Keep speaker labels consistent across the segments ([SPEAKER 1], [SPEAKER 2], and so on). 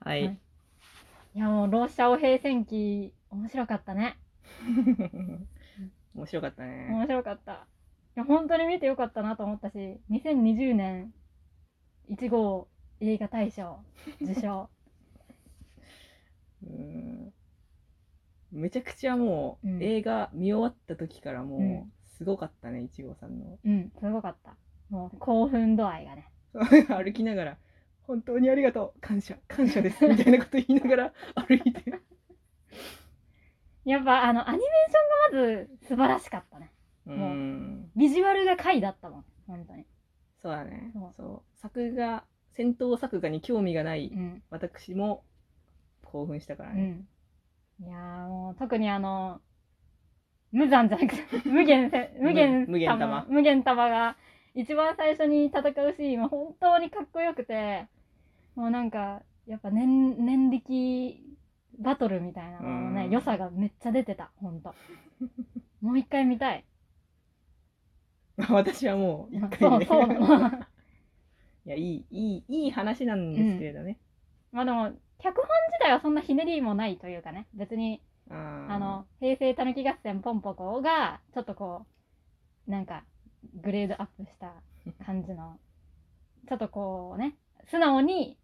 [SPEAKER 1] はいい。
[SPEAKER 2] いやもう老者を平戦期面白かったね。
[SPEAKER 1] 面白かったね。
[SPEAKER 2] 面白かった。いや本当に見てよかったなと思ったし、2020年1号映画大賞受賞。
[SPEAKER 1] うん。めちゃくちゃもう、
[SPEAKER 2] うん
[SPEAKER 1] 映画見終わった時からもう、
[SPEAKER 2] うん
[SPEAKER 1] すごかったね、いちごさんの。
[SPEAKER 2] うん、すごかった。もう興奮度合いがね。
[SPEAKER 1] 歩きながら、本当にありがとう、感謝、感謝です、みたいなこと言いな がら歩いて。
[SPEAKER 2] やっぱあのアニメーションがまず素晴らしかったね。
[SPEAKER 1] うん。
[SPEAKER 2] ビジュアルが回だったもん、本当に。
[SPEAKER 1] そうだね
[SPEAKER 2] そう。
[SPEAKER 1] そう。作画、戦闘作画に興味がない
[SPEAKER 2] うん。
[SPEAKER 1] 私も興奮したから
[SPEAKER 2] う
[SPEAKER 1] ね。
[SPEAKER 2] ん。いやーもう特にあの、無 残じゃなくて、無限せ、無限
[SPEAKER 1] 無無限玉
[SPEAKER 2] 無限玉が一番最初に戦うシーンは本当にかっこよくて、もうなんか、やっぱ年、年力バトルみたいなののね、
[SPEAKER 1] うん
[SPEAKER 2] 良さがめっちゃ出てた、ほんと。もう一回見たい。
[SPEAKER 1] 私はもう、一回
[SPEAKER 2] そう、
[SPEAKER 1] ね。
[SPEAKER 2] そうなの。
[SPEAKER 1] いや、いい、いい、いい話なんですけれどね。
[SPEAKER 2] まあでも、脚本自体はそんなひねりもないというかね、別に、
[SPEAKER 1] あー
[SPEAKER 2] あの、平成たぬき合戦ポンポコが、ちょっとこう、なんか、グレードアップした感じの、ちょっとこうね、素直に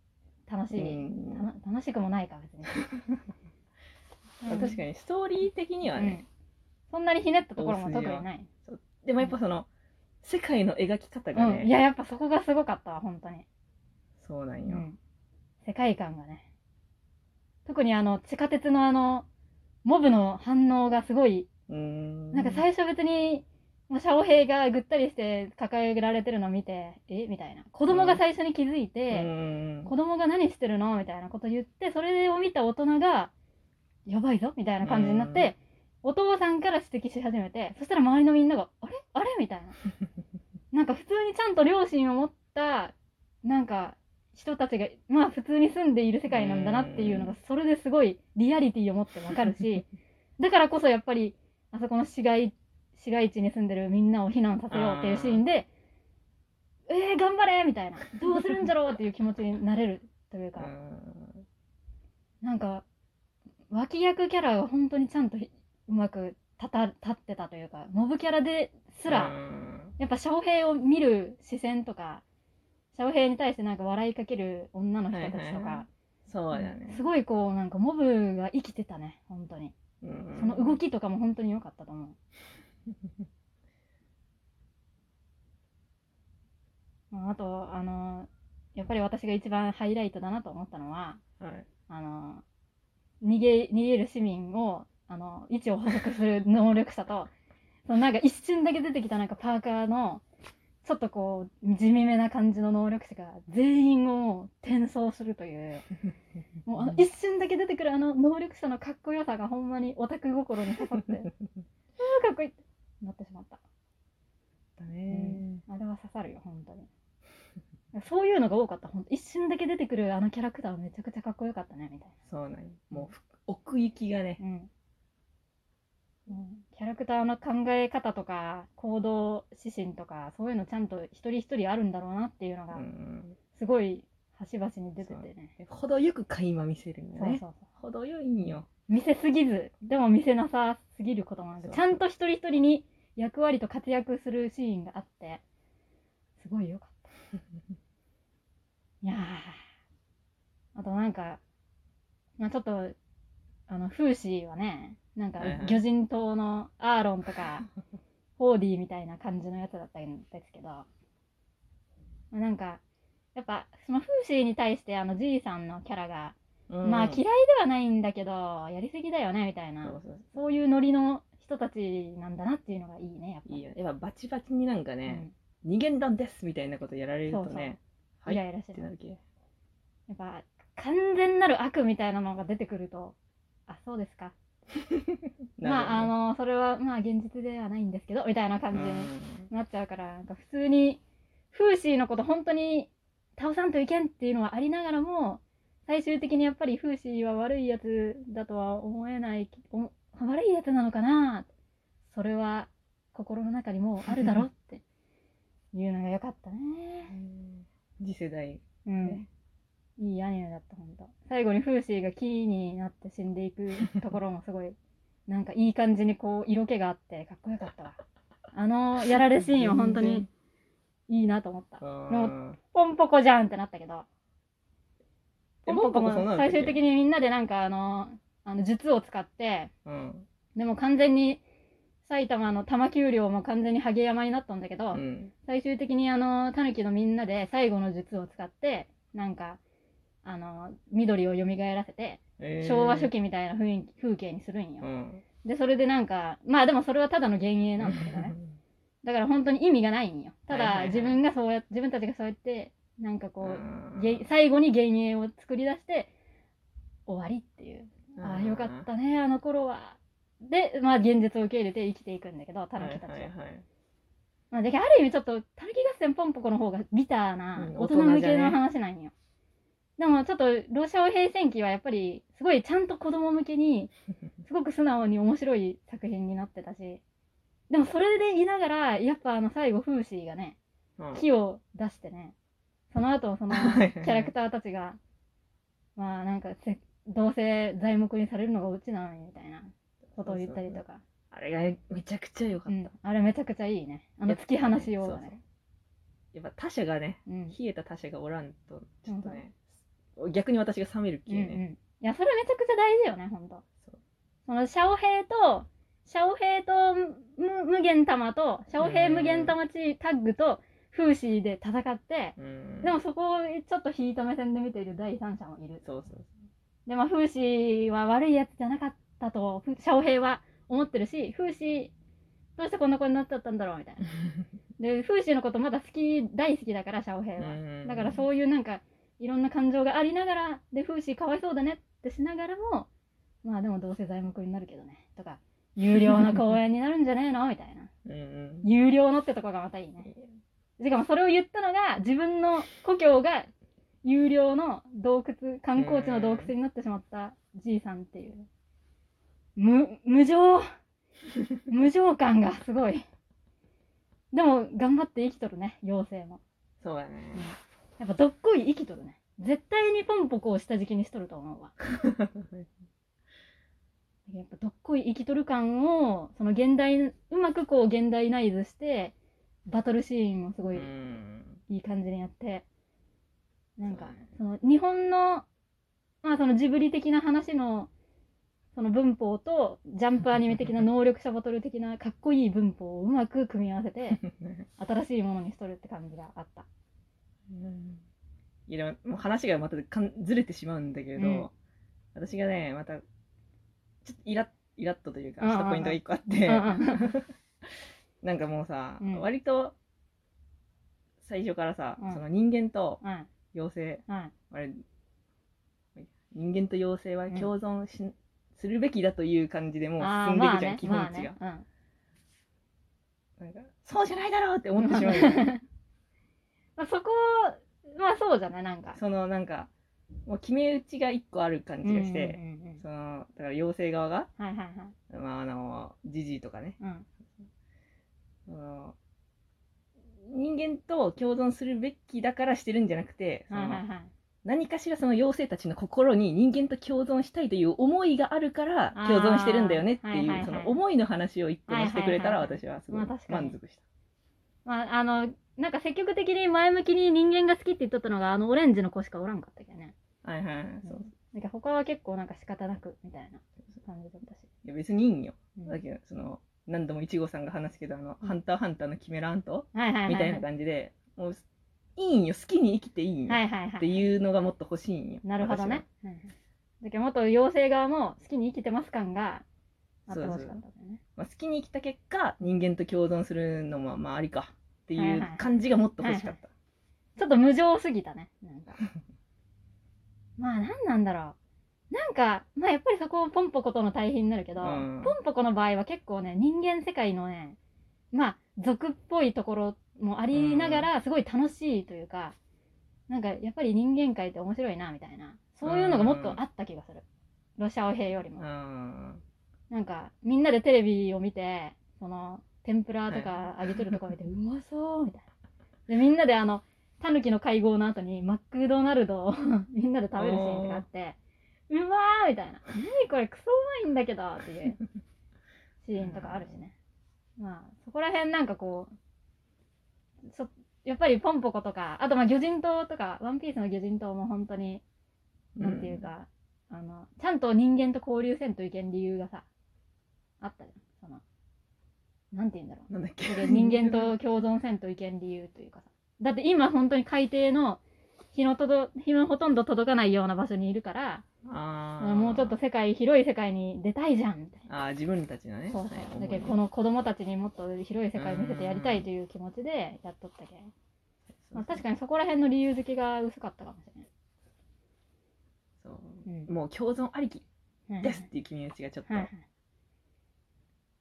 [SPEAKER 2] 楽し
[SPEAKER 1] う
[SPEAKER 2] い、
[SPEAKER 1] ん
[SPEAKER 2] たの楽しくもないか、別に。
[SPEAKER 1] まあ 確かにストーリー的には
[SPEAKER 2] うん
[SPEAKER 1] ね、
[SPEAKER 2] そんなにひねったところも特にない。
[SPEAKER 1] でもやっぱその世界の描き方が
[SPEAKER 2] うん。い
[SPEAKER 1] ね、
[SPEAKER 2] や、やっぱそこがすごかったわ、本当に。
[SPEAKER 1] そうなん
[SPEAKER 2] う
[SPEAKER 1] よ、
[SPEAKER 2] ん、世界観がね特にあの地下鉄のあのモブの反応がすごい
[SPEAKER 1] うん、
[SPEAKER 2] なんか最初別にもうシャオヘイがぐったりして抱えられてるの見てえみたいな子供が最初に気づいて、
[SPEAKER 1] うん
[SPEAKER 2] 子供が何してるのみたいなこと言ってそれを見た大人がやばいぞみたいな感じになって、お父さんから指摘し始めてそしたら周りのみんながあれあれみたいな なんか普通にちゃんと両親を持ったなんか人たちがまあ普通に住んでいる世界なんだなっていうのがそれですごいリアリティを持ってわかる しだからこそやっぱりあそこの市街市街地に住んでるみんなを避難させようっていうシーンでえー、頑張れみたいなどうするんじゃろうっていう気持ちになれるというか
[SPEAKER 1] う、ん
[SPEAKER 2] なんか脇役キャラが本当にちゃんとひうまく立た立ってたというかモブキャラですら、
[SPEAKER 1] うん
[SPEAKER 2] やっぱ翔平を見る視線とか翔平に対してなんか笑いかける女の人たちと
[SPEAKER 1] はいはい
[SPEAKER 2] か、
[SPEAKER 1] そうだね
[SPEAKER 2] す、ごいこうなんかモブが生きてたね本当に
[SPEAKER 1] うん
[SPEAKER 2] その動きとかも本当に良かったと思う、 まああとあのやっぱり私が一番ハイライトだなと思ったのは
[SPEAKER 1] はい
[SPEAKER 2] あの逃げ逃げる市民をあの位置を捕捉する能力者と そのなんか一瞬だけ出てきたなんかパーカーのちょっとこう地味めな感じの能力者が全員をもう転送するというもうあの一瞬だけ出てくるあの能力者のかっこよさがほんまにオタク心に 刺さってうわかっこいいってなってしまった
[SPEAKER 1] だね、
[SPEAKER 2] あれは刺さるよ本当にそういうのが多かった本当一瞬だけ出てくるあのキャラクターはめちゃくちゃかっこよかったねみたいな。
[SPEAKER 1] そうなんよもうふ奥行きがね
[SPEAKER 2] う、ん、キャラクターの考え方とか行動指針とかそういうのちゃんと一人一人あるんだろうなっていうの
[SPEAKER 1] う
[SPEAKER 2] が
[SPEAKER 1] ん、
[SPEAKER 2] すごい端々に出ててね。
[SPEAKER 1] 程よく垣間見せるん
[SPEAKER 2] そ
[SPEAKER 1] よ
[SPEAKER 2] う
[SPEAKER 1] ね
[SPEAKER 2] そうそう
[SPEAKER 1] 程よいんよ
[SPEAKER 2] 見せすぎずでも見せなさすぎることもなく
[SPEAKER 1] そう
[SPEAKER 2] ちゃんと一人一人に役割と活躍するシーンがあってすごいよかった。 いやーあとなんか、まあ、ちょっとあのフーシーはねなんか
[SPEAKER 1] はいはい
[SPEAKER 2] 魚人島のアーロンとかホーディーみたいな感じのやつだったんですけど、まあなんかやっぱそのフーシーに対してあのじいさんのキャラが、
[SPEAKER 1] うん
[SPEAKER 2] まあ嫌いではないんだけどやりすぎだよねみたいな
[SPEAKER 1] そ
[SPEAKER 2] そう
[SPEAKER 1] そう
[SPEAKER 2] ういうノリの人たちなんだなっていうのがいいねやっぱ。
[SPEAKER 1] いいよやっぱバチバチになんかね、二元論ですみたいなことやられるとね
[SPEAKER 2] うん、イライラし
[SPEAKER 1] はいってて
[SPEAKER 2] る
[SPEAKER 1] なるけ
[SPEAKER 2] やっぱ完全なる悪みたいなのが出てくるとあそうですかまあ
[SPEAKER 1] な
[SPEAKER 2] あ
[SPEAKER 1] るよね
[SPEAKER 2] のそれはまあ現実ではないんですけどみたいな感じ
[SPEAKER 1] う
[SPEAKER 2] に
[SPEAKER 1] ん
[SPEAKER 2] なっちゃうからなんか普通にフーシーのこと本当に倒さんといけんっていうのはありながらも最終的にやっぱりフーシーは悪いやつだとは思えないお悪いやつなのかなそれは心の中にもうあるだろっていうのが良かったね。
[SPEAKER 1] 次世代
[SPEAKER 2] うん
[SPEAKER 1] ね
[SPEAKER 2] いいアニメだった本当最後にフーシーが木になって死んでいくところもすごいなんかいい感じにこう色気があってかっこよかったわあのやられシーンは本当にいいなと思った
[SPEAKER 1] あ
[SPEAKER 2] ポンポコじゃんってなったけど
[SPEAKER 1] え
[SPEAKER 2] ポンポコ
[SPEAKER 1] ポンポコそんな
[SPEAKER 2] も
[SPEAKER 1] のだっ
[SPEAKER 2] 最
[SPEAKER 1] け
[SPEAKER 2] 終的にみんなでなんかあのあの術を使って
[SPEAKER 1] ーうん
[SPEAKER 2] でも完全に埼玉の玉丘陵も完全に萩山になったんだけど、
[SPEAKER 1] うん
[SPEAKER 2] 最終的にあのタヌキのみんなで最後の術を使ってなんかあの緑を蘇らせて
[SPEAKER 1] えー
[SPEAKER 2] 昭和初期みたいな雰囲気風景にするんよ
[SPEAKER 1] う、ん
[SPEAKER 2] でそれでなんかまあでもそれはただの幻影なんだけどねだから本当に意味がないんよた
[SPEAKER 1] はいはいは
[SPEAKER 2] だ
[SPEAKER 1] い
[SPEAKER 2] 自分がそうや自分たちがそうやってなんかこう
[SPEAKER 1] あ
[SPEAKER 2] げ
[SPEAKER 1] ー
[SPEAKER 2] い最後に幻影を作り出して終わりっていうああ
[SPEAKER 1] ー
[SPEAKER 2] よかったねあの頃はでまあ現実を受け入れて生きていくんだけどタヌキたち
[SPEAKER 1] は
[SPEAKER 2] は
[SPEAKER 1] いはいはい
[SPEAKER 2] まあ、である意味ちょっと「たぬき合戦ポンポコ」の方がビターな
[SPEAKER 1] うん
[SPEAKER 2] 大
[SPEAKER 1] 大
[SPEAKER 2] 人
[SPEAKER 1] 人
[SPEAKER 2] 向
[SPEAKER 1] じゃ
[SPEAKER 2] け
[SPEAKER 1] ね
[SPEAKER 2] の話なんよ、でもちょっと「ロシア平戦記」はやっぱりすごいちゃんと子供向 けにすごく素直に面白い作品になってたしでもそれでいながらやっぱあの最後フーシーがね
[SPEAKER 1] うん
[SPEAKER 2] 木を出してねその後その
[SPEAKER 1] はいはい
[SPEAKER 2] キャラクターたちがまあなんかせどうせ材木にされるのがオチなのにみたいなことを言ったりとか
[SPEAKER 1] あれがめちゃくちゃ良か
[SPEAKER 2] う
[SPEAKER 1] っ
[SPEAKER 2] ん、あれめちゃくちゃいいねあの突き放しようが
[SPEAKER 1] そうそ
[SPEAKER 2] ね
[SPEAKER 1] たやっぱ他者がね
[SPEAKER 2] うん
[SPEAKER 1] 冷えた他者がおらんとちょっとね逆に私が冷める気
[SPEAKER 2] うん
[SPEAKER 1] ね、
[SPEAKER 2] うん、いやそれめちゃくちゃ大事よねほんと
[SPEAKER 1] そう
[SPEAKER 2] そのシャオヘイとシャオヘイと無無限玉とシャオヘイ無限玉チタッグとフーシーで戦って
[SPEAKER 1] うん
[SPEAKER 2] でもそこをちょっと引いた目線で見ている第三者もいる
[SPEAKER 1] そうそう
[SPEAKER 2] でまあフーシーは悪いやつじゃなかったとフシャオヘイは思ってるしフーシーどうしてこんな子になっちゃったんだろうみ たいなでフーシーのことまだ好き大好きだからシャオヘイは、だから
[SPEAKER 1] う
[SPEAKER 2] そういうなんかいろんな感情がありながらで風刺かわいそうだねってしながらもまあでもどうせ材木になるけどねとか有料の公演になるんじゃねえのみたいな
[SPEAKER 1] うんうん
[SPEAKER 2] 有料のってとこがまたいいねしかもそれを言ったのが自分の故郷が有料の洞窟観光地の洞窟になってしまったじいさんっていう無 無情無情感がすごいでも頑張って生きとるね妖精も
[SPEAKER 1] そうだね
[SPEAKER 2] やっぱどっこい生きとるね。絶対にポンポコを下敷きにしとると思うわ。やっぱどっこい生きとる感を、その現代、うまくこう現代ナイズして、バトルシーンもすご
[SPEAKER 1] う
[SPEAKER 2] い
[SPEAKER 1] ん
[SPEAKER 2] いい感じにやって、なんか
[SPEAKER 1] そうね、
[SPEAKER 2] その日本の、まあそのジブリ的な話の、その文法とジャンプアニメ的な能力者バトル的なかっこいい文法をうまく組み合わ せて新しいものにしとるって感じがあった。
[SPEAKER 1] うん いやでももう話がまたかんずれてしまうんだけど、
[SPEAKER 2] うん
[SPEAKER 1] 私がねまたちょっとイラッイラッとというか
[SPEAKER 2] うんうんうん
[SPEAKER 1] したポイントが一個あって、
[SPEAKER 2] うんうん
[SPEAKER 1] なんかもうさ、
[SPEAKER 2] うん
[SPEAKER 1] 割と最初からさ、
[SPEAKER 2] うん
[SPEAKER 1] その人間と
[SPEAKER 2] はい、
[SPEAKER 1] 妖精
[SPEAKER 2] はい、
[SPEAKER 1] あれ人間と妖精は共存し、するべきだという感じでもう
[SPEAKER 2] あ
[SPEAKER 1] 進ん
[SPEAKER 2] ー
[SPEAKER 1] でい
[SPEAKER 2] ま
[SPEAKER 1] く
[SPEAKER 2] あ
[SPEAKER 1] じゃん、
[SPEAKER 2] ね
[SPEAKER 1] 基本値
[SPEAKER 2] ま
[SPEAKER 1] が、
[SPEAKER 2] あねうん
[SPEAKER 1] なんかそうじゃないだろうって思ってしまうよ
[SPEAKER 2] まあそこまあそうじゃないなんか
[SPEAKER 1] そのなんかもう決め打ちが一個ある感じがして、
[SPEAKER 2] うんうんうんうん
[SPEAKER 1] そのだから妖精側が、
[SPEAKER 2] はいはいはい
[SPEAKER 1] まあ、あのジジイとかね
[SPEAKER 2] うん
[SPEAKER 1] その人間と共存するべきだからしてるんじゃなくてそ
[SPEAKER 2] はいはい
[SPEAKER 1] の
[SPEAKER 2] はい
[SPEAKER 1] 何かしらその妖精たちの心に人間と共存したいという思いがあるから
[SPEAKER 2] あー
[SPEAKER 1] 共存してるんだよねって
[SPEAKER 2] はい
[SPEAKER 1] い
[SPEAKER 2] はい
[SPEAKER 1] う
[SPEAKER 2] はい
[SPEAKER 1] その思いの話を一個載せてくれたら
[SPEAKER 2] はいはい
[SPEAKER 1] 私はすごい
[SPEAKER 2] まあ確かに
[SPEAKER 1] 満足した。
[SPEAKER 2] まああのなんか積極的に前向きに人間が好きって言っとったのがあのオレンジの子しかおらんかったけどね
[SPEAKER 1] はいはいはいそう
[SPEAKER 2] なんか他は結構なんか仕方なくみたいな感じだったし、
[SPEAKER 1] いや別にいいんよ。
[SPEAKER 2] うん
[SPEAKER 1] だ
[SPEAKER 2] はい
[SPEAKER 1] けどその何度もいちごさんが話すけどあの、
[SPEAKER 2] うん
[SPEAKER 1] ハンターハンターのキメラアント
[SPEAKER 2] はいはい
[SPEAKER 1] みたいな感じで、もういいんよ好きに生きていいんよ、
[SPEAKER 2] はいはいは
[SPEAKER 1] って
[SPEAKER 2] い
[SPEAKER 1] いうのがもっと欲しいんよ。
[SPEAKER 2] なるほどね、はいはいだけど元妖精側も好きに生きてます感があってほしかったんだよね
[SPEAKER 1] まあ、好きに生きた結果人間と共存するのもまあありかって
[SPEAKER 2] はいいうはい
[SPEAKER 1] 感じがもっと欲しかった。
[SPEAKER 2] ちょっと無情すぎたね。なんか。 まあ、なんなんだろう。なんか、まあ、やっぱりそこをポンポコとの対比になるけど、
[SPEAKER 1] うん
[SPEAKER 2] ポンポコの場合は結構ね、人間世界のね、まあ、俗っぽいところもありながら、すごい楽しいというか、なんか、やっぱり人間界って面白いな、みたいな。そういうのがもっとあった気がする。ロシアオ兵よりも。
[SPEAKER 1] うん
[SPEAKER 2] なんか、みんなでテレビを見て、その、天ぷらと
[SPEAKER 1] は
[SPEAKER 2] か揚げてるとこ見て、うまそうみたいな。で、みんなであの、タヌキの会合の後にマクドナルドを みんなで食べるシーンとかあって、うまーみたいな。何これクソうまいんだけどっていうシーンとかあるしね。まあ、そこら辺なんかこう、そやっぱりポンポコとか、あとまあ魚人島とか、ワンピースの魚人島も本当に、なんていうか、あの、ちゃんと人間と交流せんといけん理由がさ、あったじゃん。その、なんて言うんだろう。
[SPEAKER 1] なんだっけ
[SPEAKER 2] 人間と共存せんといけん理由というかさだって今本当に海底の日のとど日のほとんど届かないような場所にいるから
[SPEAKER 1] あー
[SPEAKER 2] もうちょっと世界広い世界に出たいじゃんみたいな
[SPEAKER 1] あー自分たちのね
[SPEAKER 2] そうそう、
[SPEAKER 1] はい
[SPEAKER 2] だ
[SPEAKER 1] 思
[SPEAKER 2] け
[SPEAKER 1] いを
[SPEAKER 2] どこの子供たちにもっと広い世界見せてやりたいという気持ちでやっとったけん、まあ、確かにそこら辺の理由付けが薄かったかもしれ
[SPEAKER 1] そう
[SPEAKER 2] うん
[SPEAKER 1] もう共存ありき
[SPEAKER 2] ない
[SPEAKER 1] ですっていう気持ちがちょっと、
[SPEAKER 2] はいはい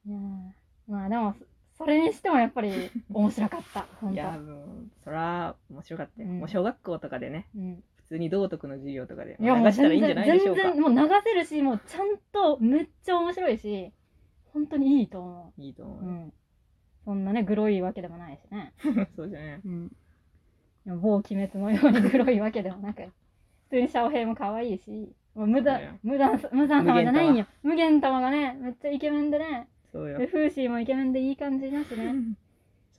[SPEAKER 2] いやーまあでもそれにしてもやっぱり面白 かった本
[SPEAKER 1] い
[SPEAKER 2] 当
[SPEAKER 1] やもうそら面白かったよ、
[SPEAKER 2] うん
[SPEAKER 1] もう小学校とかでね
[SPEAKER 2] うん
[SPEAKER 1] 普通に道徳の授業とかで
[SPEAKER 2] い
[SPEAKER 1] 流
[SPEAKER 2] やもう
[SPEAKER 1] した
[SPEAKER 2] 全
[SPEAKER 1] らいいんじゃ
[SPEAKER 2] 然
[SPEAKER 1] ないでしょ
[SPEAKER 2] 全
[SPEAKER 1] うか
[SPEAKER 2] 然もう流せるしもうちゃんとめっちゃ面白いし本当にいいと思
[SPEAKER 1] いいと
[SPEAKER 2] う、
[SPEAKER 1] 思
[SPEAKER 2] う
[SPEAKER 1] う、
[SPEAKER 2] ん、そんなねグロいわけでもないしね、
[SPEAKER 1] そうじゃね
[SPEAKER 2] うん、でも某鬼滅のようにグ ロいわけでもなく普通にシャオヘイも可愛いしもう無駄
[SPEAKER 1] そうだよ
[SPEAKER 2] 無駄無駄様じゃないんよ無限玉がねめっちゃイケメンでね
[SPEAKER 1] そうよ
[SPEAKER 2] でフーシーもイケメンでいい感じだしね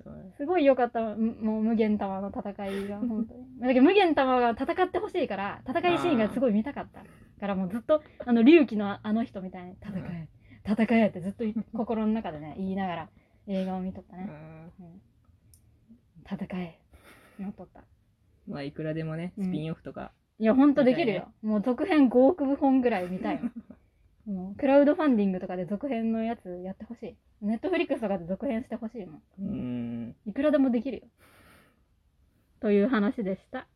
[SPEAKER 1] そうよ
[SPEAKER 2] すごい良かった、むもう無限玉の戦い が、本当に。だけど無限玉が戦ってほしいから、戦いシーンがすごい見たかった。からもうずっと、あの、龍騎のああの人みたいに、戦え、戦えってずっと言って心の中でね、言いながら映画を見とった
[SPEAKER 1] う
[SPEAKER 2] ね。
[SPEAKER 1] ん
[SPEAKER 2] うん、戦え、なっとった。
[SPEAKER 1] まあいくらでもねスピンオフとか、
[SPEAKER 2] いや、ほんとできるよ。もう続編5億本ぐらい見たいもん もうクラウドファンディングとかで続編のやつやってほしい。ネットフリックスとかで続編してほしいもん。
[SPEAKER 1] うん
[SPEAKER 2] いくらでもできるよ。という話でした。